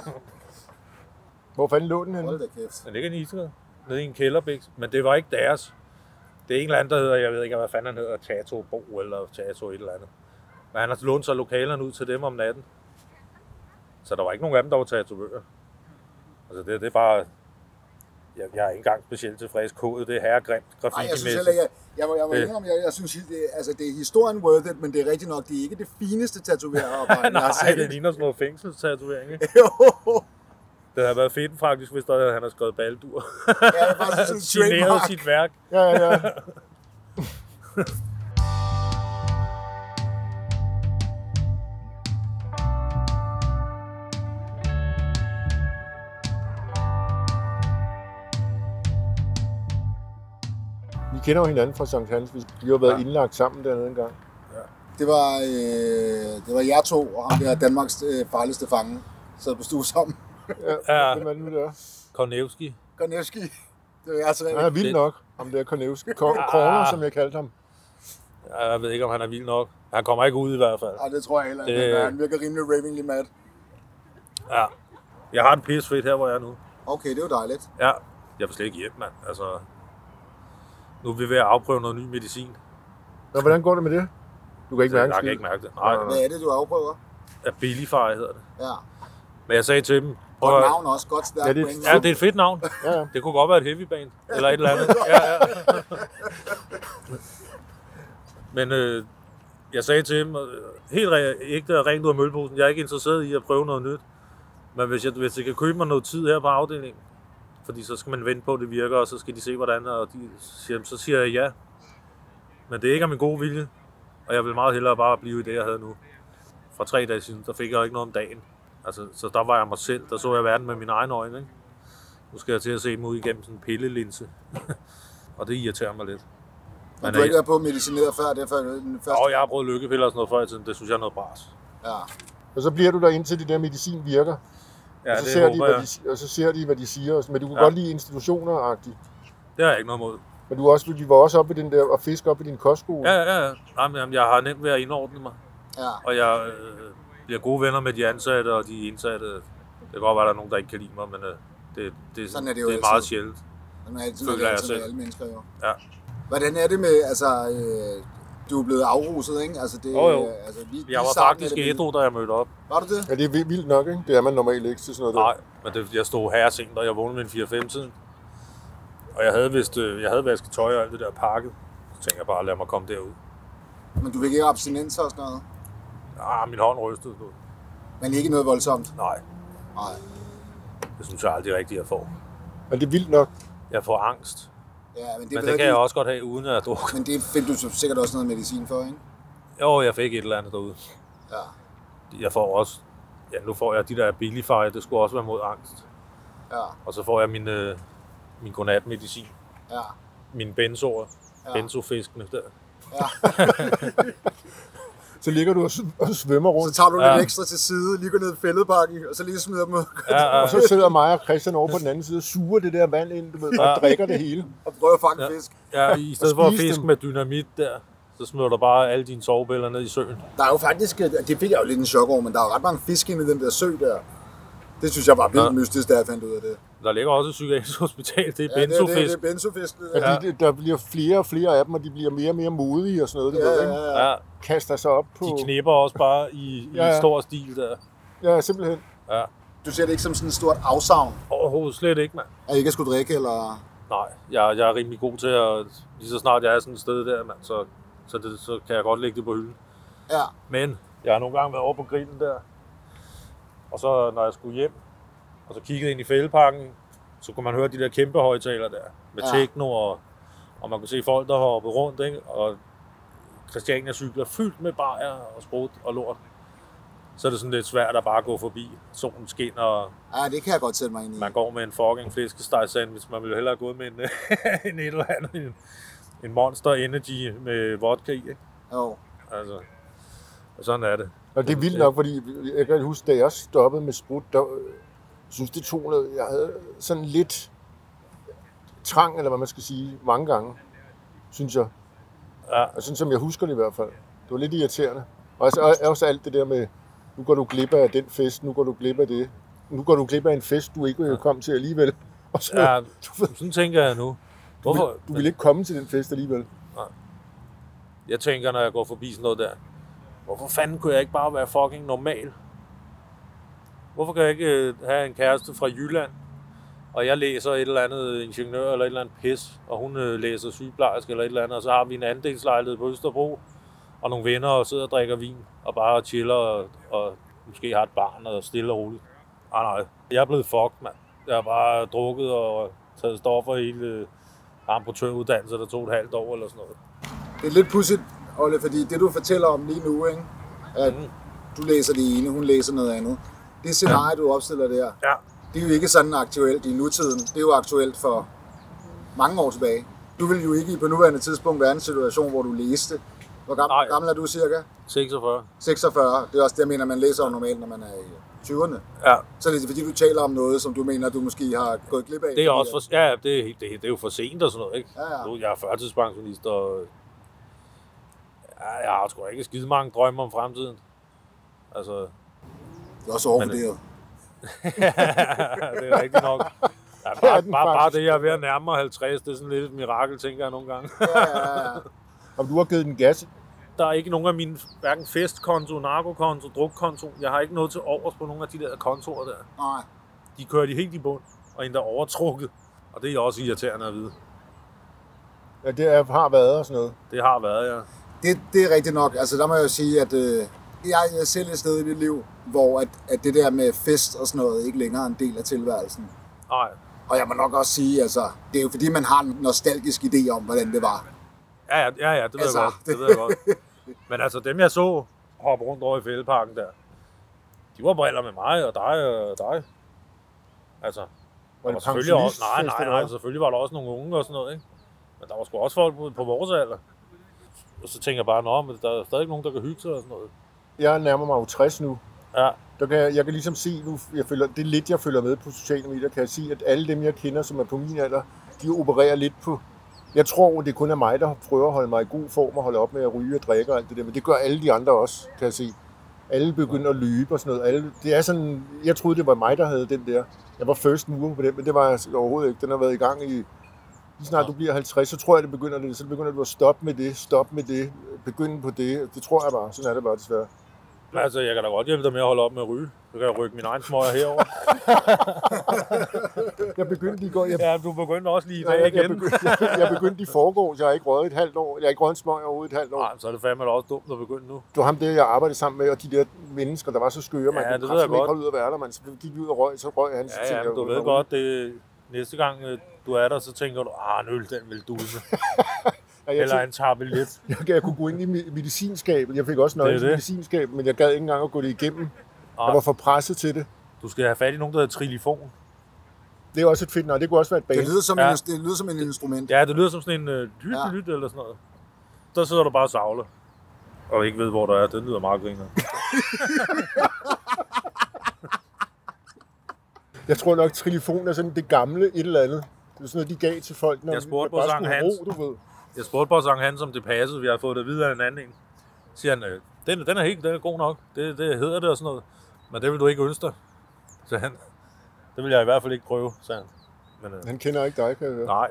A: Hvor fanden lå den
B: Hold
A: henne?
B: da kæft.
C: Den ligger i Israel, nede i en kælderbæks, men det var ikke deres. Det er en eller anden, der hedder, jeg ved ikke, hvad fanden han hedder, Tato Bo eller Tato et eller andet. Men han har lånt sig lokalerne ud til dem om natten. Så der var ikke nogen af dem, der var tatovører. Altså det, det er bare... Jeg, jeg er ikke engang specielt tilfreds. Kodet, det er herregrimt
B: Nej, jeg synes
C: graffiti-mæssigt.
B: heller ikke, jeg, jeg, må- jeg, må
C: Det-
B: indrømme, jeg, jeg synes, det, altså, det er historien worth it, men det er rigtigt nok, det er ikke det fineste tatoveringsarbejde, jeg har
C: Nej,
B: set.
C: det ligner sådan noget fængselstatovering, ikke?
B: Jo,
C: Det havde været fedt faktisk, hvis der, han havde skrevet Baldur.
B: ja, det er faktisk sådan en
C: Signeret
B: trademark.
C: sit værk.
A: Ja, ja, ja. Vi kender jo hinanden fra Sankt Hans. Vi vi har været
C: Ja.
A: ja. indlagt sammen dernede en gang.
B: Det var, øh, det var jer to og ham der Danmarks øh, farligste fange, sad på stue sammen.
C: Ja.
A: Hvem er det nu, det er?
C: Kornevski.
B: Gornevski. Det var jer tre.
A: Han er vild
C: Det- Ah.
A: nok, om det er Kornevski. Kor- Corner, som jeg kaldte ham.
C: Jeg ved ikke, om han er vild nok. Han kommer ikke ud i hvert fald.
B: Ej, det tror jeg heller ikke.
C: Det-
B: Øh. Han virker rimelig ravingly mad.
C: Ja. Jeg har en pissefedt her, hvor jeg er nu.
B: Okay, det er jo dejligt.
C: Ja. Jeg vil slet ikke hjem, mand. Altså, nu er vi ved at afprøve noget ny medicin.
A: Nå, hvordan går det med det? Du kan ikke mærke
C: jeg kan
A: skid.
C: ikke mærke det. Nej,
A: Nej,
B: Hvad er det, du afprøver?
C: Abilify hedder det.
B: Ja.
C: Men jeg sagde til dem,
B: Godt
C: prøv at-
B: navn også. Godt stærkt.
A: Ja,
B: Ja,
A: det-
C: ja, det er et fedt navn.
A: Ja, ja.
C: Det kunne godt være et heavy band, eller et eller andet. Ja, ja. Men øh, jeg sagde til ham, øh, helt re- ægte og rent ud af mølleposen, jeg er ikke interesseret i at prøve noget nyt. Men hvis jeg, hvis jeg kan købe mig noget tid her på afdelingen, fordi så skal man vente på, at det virker, og så skal de se, hvordan, og de siger, så siger jeg ja. Men det er ikke af min gode vilje, og jeg vil meget hellere bare blive i det, jeg havde nu. For tre dage siden, der fik jeg jo ikke noget om dagen. Altså, så der var jeg mig selv, der så jeg verden med mine egne øjne, ikke? Nu skal jeg til at se dem ud igennem sådan en pillelinse. og det irriterer mig lidt.
B: Men
C: Men
B: du har
C: øh,
B: ikke været på medicineret før, det er før- den første.
C: og jeg har prøvet lykkepiller og sådan noget før i tiden. Det synes jeg er noget bras.
B: Ja.
A: Og så bliver du der, indtil det der medicin virker.
C: Ja,
A: og, så
C: det
A: ser de,
C: håber
A: hvad
C: jeg.
A: de, og så ser de, hvad de siger. og sådan- Men du kunne
C: Ja.
A: godt lide institutioner-agtigt.
C: Det har jeg ikke noget imod.
A: Men du, er også, du var også oppe i den der, og fisk oppe i din kostskole.
C: Ja, ja, ja. Jamen, jamen, jeg har nemt ved at indordne mig.
B: ja.
C: Og jeg øh, bliver gode venner med de ansatte og de indsatte. Det kan godt være, at der er nogen, der ikke kan lide mig, men øh, det, det, er, sådan, er det, jo det er meget
B: altid.
C: sjældent.
B: Den er altid
C: Føler
B: Føler
C: jeg
B: altid med
C: selv.
B: alle mennesker jo.
C: Ja.
B: Hvordan er det med, altså, øh, du er blevet afruset, ikke? Altså, det,
C: Jo, jo.
B: øh, Altså, vi, vi
C: Jeg var
B: savner
C: faktisk
B: det, men-
C: ædru, da jeg mødte op.
B: Var du det?
A: Ja, det er vi- vildt nok, ikke? Det er man normalt ikke til sådan noget. der.
C: Nej, men det, jeg stod her sent, og jeg vågnede med en 4-5-tiden. Og jeg havde vist, øh, jeg havde vasket tøj og alt det der pakket. Så tænkte jeg bare, lad mig komme derud.
B: Men du fik ikke abstinenser og sådan noget?
C: Ah, min hånd rystede. du.
B: Men ikke noget voldsomt?
C: Nej,
B: Nej.
C: det synes jeg aldrig rigtigt, jeg får.
A: Men det er vildt nok.
C: Jeg får angst.
B: Ja, men det,
C: Men
B: ved
C: det kan jeg
B: du-
C: også godt have, uden at have drukket.
B: Men det fik du så sikkert også noget medicin for, ikke?
C: Jo, jeg fik et eller andet derude.
B: Ja.
C: Jeg får også... Ja, nu får jeg de der Abilify, det skulle også være mod angst.
B: Ja,
C: Og så får jeg min, øh, min godnatmedicin.
B: ja,
C: Mine benzoer.
B: Ja.
C: Ja. Benzofiskene der.
B: ja.
A: Så ligger du og, sv- og svømmer
B: Så
A: rundt.
B: tager du lidt
C: Ja.
B: ekstra til side, lige går ned i fældebakken, og så lige smider dem ud
C: Ja, ja,
A: Og så sidder mig og Christian over på den anden side og suger det der vand ind, du ved, og
C: Ja.
A: drikker det hele.
B: og prøver at fange
C: Ja.
B: fisk.
C: ja, i stedet for at
A: spise
C: fiske
A: dem.
C: med dynamit der, så smider du bare alle dine sovebæller ned i søen.
B: Der er jo faktisk, øh, det fik jeg jo lidt en chok over, men der er jo ret mange fisk inde i den der sø der. Det synes jeg var vildt
C: Ja.
B: mystisk, da jeg fandt ud af det.
C: Der ligger også et psykiatrisk hospital, det er
B: Ja, det, er- det, er- det
C: benzofisk.
B: er benzofisk. Det der.
A: Ja. De, der bliver flere og flere af dem, og de bliver mere og mere modige og sådan noget, du
B: Ja,
A: ved,
B: ja,
A: ikke?
B: ja.
C: Ja,
A: Kaster sig op på...
C: de knipper også bare i, i
A: Ja, ja.
C: en stor stil der.
A: Ja, simpelthen.
C: Ja.
B: Du ser det ikke som sådan et stort afsavn,
C: Overhovedet slet ikke, mand.
B: at I ikke skulle drikke, eller...
C: Nej, jeg, jeg er rimelig god til at... Lige så snart jeg er sådan et sted der, mand, så, så, det, så kan jeg godt lægge det på hylden.
B: Ja,
C: Men jeg har nogle gange været over på grillen der, og så når jeg skulle hjem, og så kiggede ind i fældeparken, så kunne man høre de der kæmpe højtaler der, med
B: Ja.
C: ja. techno, og, og man kunne se folk, der hoppede rundt, ikke? og Christiania cykler fyldt med bajer og sprut og lort. Så er det sådan lidt svært at bare gå forbi. Solen skinner, og
B: ja, det kan jeg godt sætte mig ind i.
C: man går med en fucking flæskesteg sandwich. Man ville jo hellere have gået med en, en et eller andet, en, en Monster Energy med vodka i. Ikke?
B: Jo.
C: Altså, og sådan er det.
A: Og det er vildt nok, fordi jeg kan huske, da jeg stoppede med sprut, der øh, synes det tog noget. Jeg havde sådan lidt trang, eller hvad man skal sige, mange gange, synes jeg.
C: Ja.
A: Og sådan som jeg husker det i hvert fald. Det var lidt irriterende. Og så er også alt det der med, nu går du glip af den fest, nu går du glip af det. Nu går du glip af en fest, du ikke kom til alligevel. Og så,
C: Ja,
A: du, ved,
C: sådan tænker jeg nu.
A: du,
C: Hvorfor?
A: vil, du vil ikke komme til den fest alligevel.
C: Jeg tænker, når jeg går forbi sådan noget der, hvorfor fanden kunne jeg ikke bare være fucking normal? Hvorfor kan jeg ikke øh, have en kæreste fra Jylland, og jeg læser et eller andet ingeniør eller et eller andet pis, og hun øh, læser sygeplejerske eller et eller andet, og så har vi en andelslejlighed på Østerbro, og nogle venner og sidder og drikker vin, og bare chiller, og, og måske har et barn og stille og roligt. Nej, nej. Jeg er blevet fucked, mand. Jeg har bare drukket og taget stoffer i hele øh, ambutøruddannelse, der tog et halvt år eller sådan noget.
B: Det er lidt pudsigt, Olle, fordi det du fortæller om lige nu, ikke? at
C: Mm.
B: du læser det ene, hun læser noget andet. Det scenarie, du opstiller der,
C: Ja,
B: det er jo ikke sådan aktuelt i nutiden. Det er jo aktuelt for mange år tilbage. Du vil jo ikke på nuværende tidspunkt være i en situation, hvor du læste. Hvor gammel,
C: Nej.
B: gammel er du cirka?
C: 46.
B: 46. Det er også det, jeg mener, man læser jo normalt, når man er i 20'erne.
C: Ja,
B: Så er det fordi, du taler om noget, som du mener, du måske har gået glip af.
C: det er
B: fordi
C: også
B: at-
C: for, ja, ja, det, er, helt- det, er- det er jo for sent og sådan noget, ikke?
B: Ja, ja.
C: Nu, jeg er førtidspensionist, og ja, jeg har sgu ikke skide mange drømme om fremtiden. Altså,
B: Det er også overvurderet.
C: det er rigtigt nok. Ja,
A: Det er
C: bare,
A: den
C: bare, bare
A: faktisk.
C: det, jeg er ved at nærme mig 50, det er sådan lidt et mirakel, tænker jeg nogle gange.
B: Ja, ja, ja.
A: Om du har givet den gas,
C: Der er ikke nogen af mine, hverken festkonto, narkokonto, drukkonto. Jeg har ikke noget til overs på nogle af de der kontorer der.
B: Nej.
C: De kører de helt i bund, og endda overtrukket. Og det er også irriterende at vide.
A: ja, det er- har været og sådan noget.
C: Det har været, ja.
B: Det, det er rigtigt nok. Altså, der må jeg jo sige, at øh, jeg er selv et sted i mit liv, hvor at, at det der med fest og sådan noget ikke længere er en del af tilværelsen.
C: Nej,
B: Og jeg må nok også sige, altså, det er jo fordi, man har en nostalgisk idé om, hvordan det var.
C: Ja, ja, ja, ja det ved
B: Altså,
C: altså, jeg godt. Det ved jeg godt. Men altså, dem jeg så hoppe rundt over i fældeparken der, de var på alder med mig og dig og dig. Altså,
A: Var
C: der
A: det
C: var selvfølgelig også,
A: pensionistfest
C: nej, nej, altså.
A: eller
C: nej,
A: hvad?
C: selvfølgelig var der også nogle unge og sådan noget, ikke? Men der var sgu også folk på, på vores alder. Og så tænker jeg bare, nå, men der er stadig nogen, der kan hygge sig og sådan noget.
A: Jeg nærmer mig jo 60 nu.
C: Ja,
A: Der kan jeg, jeg kan ligesom se nu, jeg følger, det er lidt, jeg følger med på sociale medier, kan jeg sige, at alle dem, jeg kender, som er på min alder, de opererer lidt på... Jeg tror, det kun er mig, der prøver at holde mig i god form og holde op med at ryge og drikke og alt det der, men det gør alle de andre også, kan jeg se. Alle begynder at løbe og sådan noget. Alle, det er sådan, jeg troede, det var mig, der havde den der. Jeg var first mover på den, men det var jeg overhovedet ikke. Den har været i gang i... Lige snart du bliver 50, så tror jeg, det begynder det. Så begynder du at stoppe med det, stoppe med det, begynde på det. Det tror jeg bare. Sådan er det bare desværre.
C: Altså, jeg kan da godt hjælpe dig med at holde op med at ryge. Så kan jeg rykke min egen smøger herover.
A: Jeg begyndte lige i går. Jeg,
C: Ja, du begyndte også lige i dag
A: jeg, jeg,
C: igen.
A: begyndte, jeg, jeg begyndte i forgårs. Jeg har ikke røget et halvt år. Jeg har ikke røget en smøg over et halvt år.
C: Nej, så er det fandme da også dumt at begynde nu.
A: Det var ham der, jeg arbejdede sammen med, og de der mennesker, der var så skøre, man
C: Ja,
A: kunne
C: det ved jeg
A: kraftedeme ikke
C: godt.
A: holde ud at være der, man. Så gik vi ud og røg, så røg han. så
C: Ja,
A: tænkte
C: ja,
A: jeg,
C: men du
A: "Nå,
C: ved
A: nå."
C: godt, det, næste gang øh, du er der, så tænker du, ah, en øl, den vil du
A: Ja, jeg,
C: Eller
A: tænkte,
C: en tappe lidt.
A: jeg, jeg kunne gå ind i me- medicinskabet. Jeg fik også
C: Det
A: nøje
C: er
A: til
C: det.
A: medicinskabet, men jeg gad ikke engang at gå det igennem. Jeg
C: Nej.
A: var for presset til det.
C: Du skal have fat i nogen, der hedder Trilifon.
A: Det er også et fedt, nej, det kunne også være et
B: Det
A: band.
B: lyder som,
C: Ja.
B: en, det lyder som en instrument.
C: Ja, det lyder som sådan en øh, lyt,
B: Ja.
C: ja. lyt eller sådan noget. Der sidder du bare og savler. Og ikke ved, hvor der er. Det lyder meget griner.
A: Jeg tror nok, Trilifon er sådan det gamle et eller andet. Det er sådan noget, de gav til folk, når
C: Jeg spurgte
A: man bare
C: vores sang
A: skulle have
C: Hans.
A: ro, du ved.
C: Jeg spurgte bare sang han, som det passede. Vi har fået det videre af en anden en. Så Siger han, øh, den, den er helt den er god nok. Det, det hedder det og sådan noget. Men det vil du ikke ønske dig. Så han, det vil jeg i hvert fald ikke prøve, sagde han. Men, øh,
A: Han kender ikke dig, kan jeg høre.
C: nej.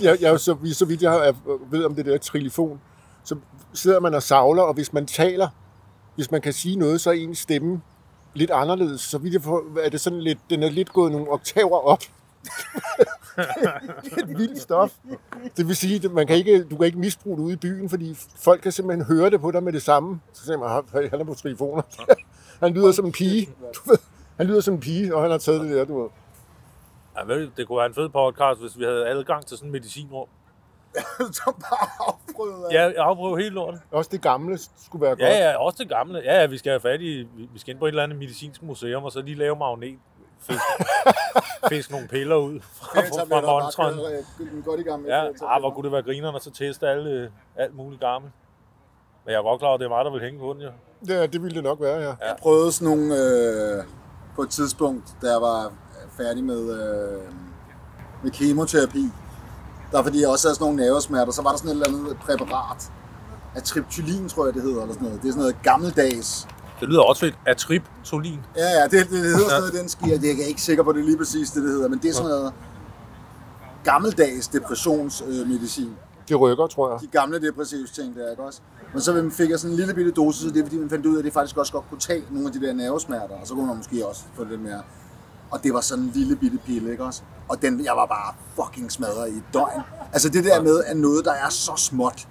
A: jeg, jeg, så, så vidt jeg har- ved om det der trilifon, så sidder man og savler, og hvis man taler, hvis man kan sige noget, så er ens stemme lidt anderledes. Så vidt jeg får, er det sådan lidt, den er lidt gået nogle oktaver op. det er et vildt stof. Det vil sige, at man kan ikke, du kan ikke misbruge det ude i byen, fordi folk kan simpelthen høre det på dig med det samme. Så siger man, "Ah, han er på trifoner. han lyder som en pige. Du ved, han lyder som en pige, og han har taget det der, du ved.
C: Ja, vel, det kunne være en fed podcast, hvis vi havde adgang til sådan en medicinrum.
B: så bare afprøvet af.
C: Ja, jeg afprøver helt lorten.
A: Også det gamle skulle være godt.
C: Ja, ja, også det gamle. Ja, ja, vi skal have fat i, vi- vi skal ind på et eller andet medicinsk museum, og så lige lave magnet. Fisk, fisk nogle piller ud fra, fra, fra montren.
B: Øh, Godt i gang med.
C: Ja, ah, hvor kunne det være grineren, og så teste alle, øh, alt muligt gammelt. Men jeg er godt klar over, at det er mig, der vil hænge på den, jo.
A: Ja, det ville det nok være, ja.
B: Jeg prøvede sådan nogle øh, på et tidspunkt, da jeg var færdig med, øh, med kemoterapi. Der fordi jeg også havde sådan nogle nervesmerter, så var der sådan et eller andet præparat. Atriptylin, tror jeg, det hedder, eller sådan noget. Det er sådan noget gammeldags.
C: Det lyder også fedt. Atriptolin.
B: Ja, ja, det, det hedder sådan noget, den skier. Det er jeg ikke sikker på, det er lige præcis det, det hedder, men det er sådan noget gammeldags øh, depressionsmedicin.
A: Det rykker, tror jeg.
B: de gamle depressive ting der, ikke også? Men så fik jeg sådan en lille bitte dosis, og det er fordi, man fandt ud af, at det faktisk også godt kunne tage nogle af de der nervesmerter, og så kunne man måske også få lidt mere. Og det var sådan en lille bitte pille, ikke også? Og den, jeg var bare fucking smadret i et døgn. Altså det der med, at noget, der er så småt,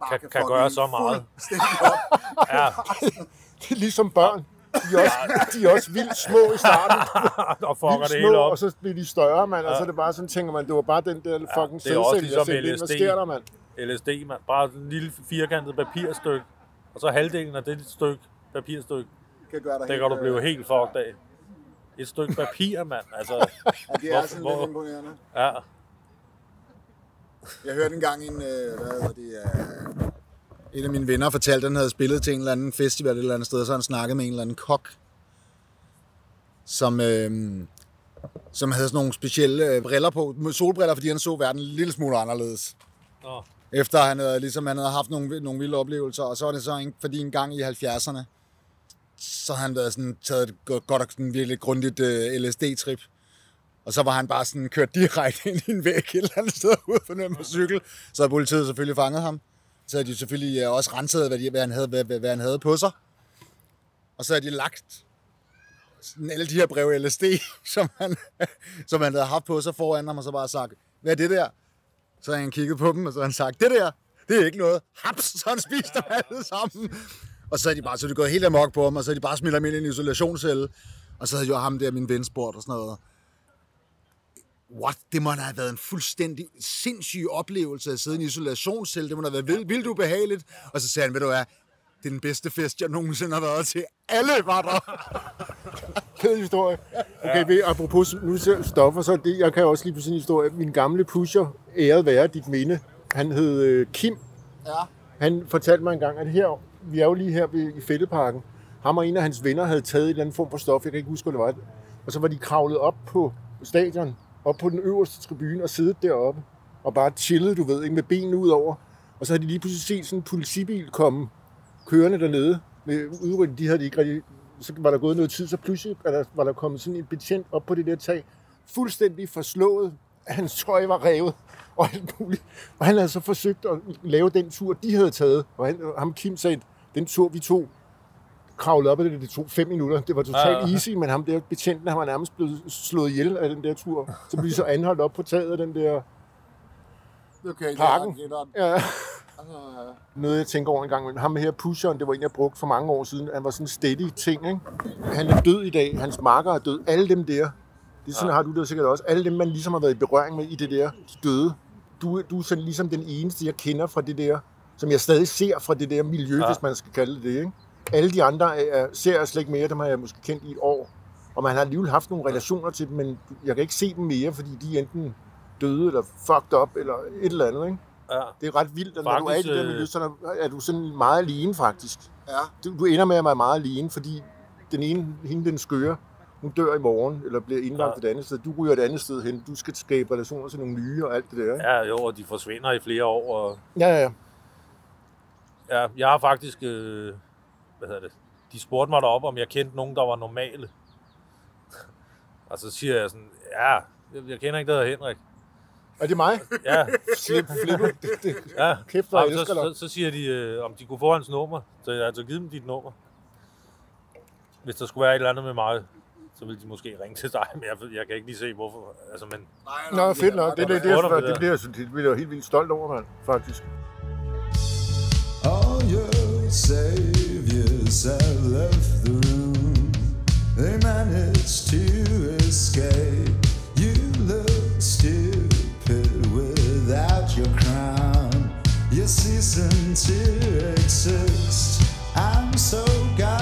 B: bare
C: Kan- kan
B: fucking
C: gøre så meget.
B: fuldstændig op.
C: Ja,
A: Det er ligesom børn. De er, også, de er også vildt små i starten.
C: og ah, fucker det
A: vildt
C: hele
A: små,
C: op.
A: og så bliver de større, mand. Og så er det bare sådan, tænker man, det var bare den der fucking
C: det er også
A: selvsælger, jeg sendte
C: ligesom
A: ind. Hvad
C: LSD.
A: sker der, mand?
C: LSD, mand. Bare en lille firkantet papirstykke. Og så halvdelen af det stykke papirstykke,
B: Kan gøre dig
C: det kan du blive helt fucked af. Et stykke papir, mand. Altså,
B: Ja, det er sådan
C: Hvor-
B: lidt
C: hvor-
B: imponerende.
C: ja.
B: Jeg hørte engang en, øh, hvad hedder det, øh, en af mine venner fortalte, at han havde spillet til en eller anden festival et eller andet sted, så han snakkede med en eller anden kok, som, øh, som havde sådan nogle specielle øh, briller på, med solbriller, fordi han så verden en lille smule anderledes.
C: Nå.
B: Efter han havde, ligesom, han havde haft nogle, nogle vilde oplevelser, og så var det så, en, fordi en gang i 70'erne, så havde han været sådan, taget et godt, godt og sådan virkelig grundigt øh, LSD-trip. Og så var han bare sådan kørt direkte ind i en væg et eller andet sted ude på den her cykel. Så havde politiet selvfølgelig fanget ham. Så havde de selvfølgelig øh, også renset, hvad, de, hvad, han havde, hvad, hvad, hvad han havde på sig. Og så havde de lagt sådan alle de her brev LSD, som han, som han havde haft på sig foran ham, og så bare sagt, hvad er det der? Så havde han kigget på dem, og så havde han sagt, det der, det er ikke noget. Haps, så han spiste dem alle sammen. Og så er de bare, så er de gået helt amok på ham, og så er de bare smidt ham ind i en isolationscelle. Og så havde jo ham der, min ven, spurgt og sådan noget. What? Det må da have været en fuldstændig sindssyg oplevelse at sidde i en isolationscelle. Det må da have været vildt, vildt ubehageligt. Og så sagde han, ved du hvad, det er den bedste fest, jeg nogensinde har været til. Alle var der.
A: Kedelig historie. Okay, ved, apropos nu selv stoffer, så er det, jeg kan også lige på sin historie. Min gamle pusher, æret være dit minde, han hed øh, Kim.
B: Ja.
A: Han fortalte mig engang, at her, vi er jo lige her ved, i Fældeparken. Ham og en af hans venner havde taget et eller andet form for stof, jeg kan ikke huske, hvad det var. Og så var de kravlet op på stadion, op på den øverste tribune og siddet deroppe. Og bare chillet, du ved, ikke, med benene ud over. Og så havde de lige pludselig set sådan en politibil komme kørende dernede. Med udrydning, de havde de ikke rigtig... Så var der gået noget tid, så pludselig er der, var der kommet sådan en betjent op på det der tag. Fuldstændig forslået. Hans tøj var revet og alt muligt. Og han havde så forsøgt at lave den tur, de havde taget. Og han, ham Kim sagde, Den tur, vi tog, kravlede op ad det, det tog fem minutter. Det var
C: Ja,
A: totalt
C: ja.
A: easy, men ham der betjenten, han var nærmest blevet slået ihjel af den der tur. Så blev vi så anholdt op på taget af den der...
D: Okay,
A: Parken.
D: Det er, det
A: Ja.
D: er, altså,
A: noget, jeg tænker over en gang. Men ham her, pusheren, det var en, jeg brugte for mange år siden. Han var sådan en steady ting, ikke? Han er død i dag. Hans marker er død. Alle dem der. Det er sådan, ja. har du det sikkert også. Alle dem, man ligesom har været i berøring med i det der de døde. Du, du er sådan ligesom den eneste, jeg kender fra det der, som jeg stadig ser fra det der miljø,
C: Ja.
A: ja. hvis man skal kalde det det, ikke? Alle de andre er, ser jeg slet ikke mere. Dem har jeg måske kendt i et år. Og man har alligevel haft nogle relationer til dem, men jeg kan ikke se dem mere, fordi de er enten døde eller fucked up eller et eller andet, ikke?
C: Ja.
A: Det er ret vildt, at når du er i
C: Faktisk,
A: det der
C: øh,
A: miljø, så er- er du sådan meget alene faktisk.
D: ja.
A: Du, du ender med at være meget alene, fordi den ene, hende den skøre, hun dør i morgen, eller bliver indlagt
C: Ja.
A: ja. et andet sted. Du ryger et andet sted hen. Du skal skabe relationer til nogle nye og alt det der. Ikke?
C: ja, jo, og de forsvinder i flere år, og
A: Ja, ja, ja.
C: Ja, jeg har faktisk... Øh, hvad hedder det? De spurgte mig deroppe, om jeg kendte nogen, der var normale. Og så siger jeg sådan, ja, jeg, jeg kender ikke, der hedder Henrik.
A: Er det mig?
C: Ja,
A: Flip, flip. Det, det.
C: ja.
A: Kæft, hvor jeg
C: Jamen, så,
A: elsker dig.
C: så, så, siger de, øh, om de kunne få hans nummer. Så jeg har altså givet dem dit nummer. Hvis der skulle være et eller andet med mig, så ville de måske ringe til dig, men jeg, jeg kan ikke lige se, hvorfor. Altså, men
D: Nej,
A: Nå,
D: nej,
A: fedt
D: ja,
A: nok. Det,
D: nej,
A: det, det,
D: nej.
A: det,
C: Spurgte om
A: det,
C: det
A: det,
C: der.
A: bliver jeg sådan- det bliver jeg helt vildt stolt over, mand, faktisk.
B: All your saviors have left the room. They managed to escape. You look stupid without your crown. You ceasing to exist. I'm so goddamn.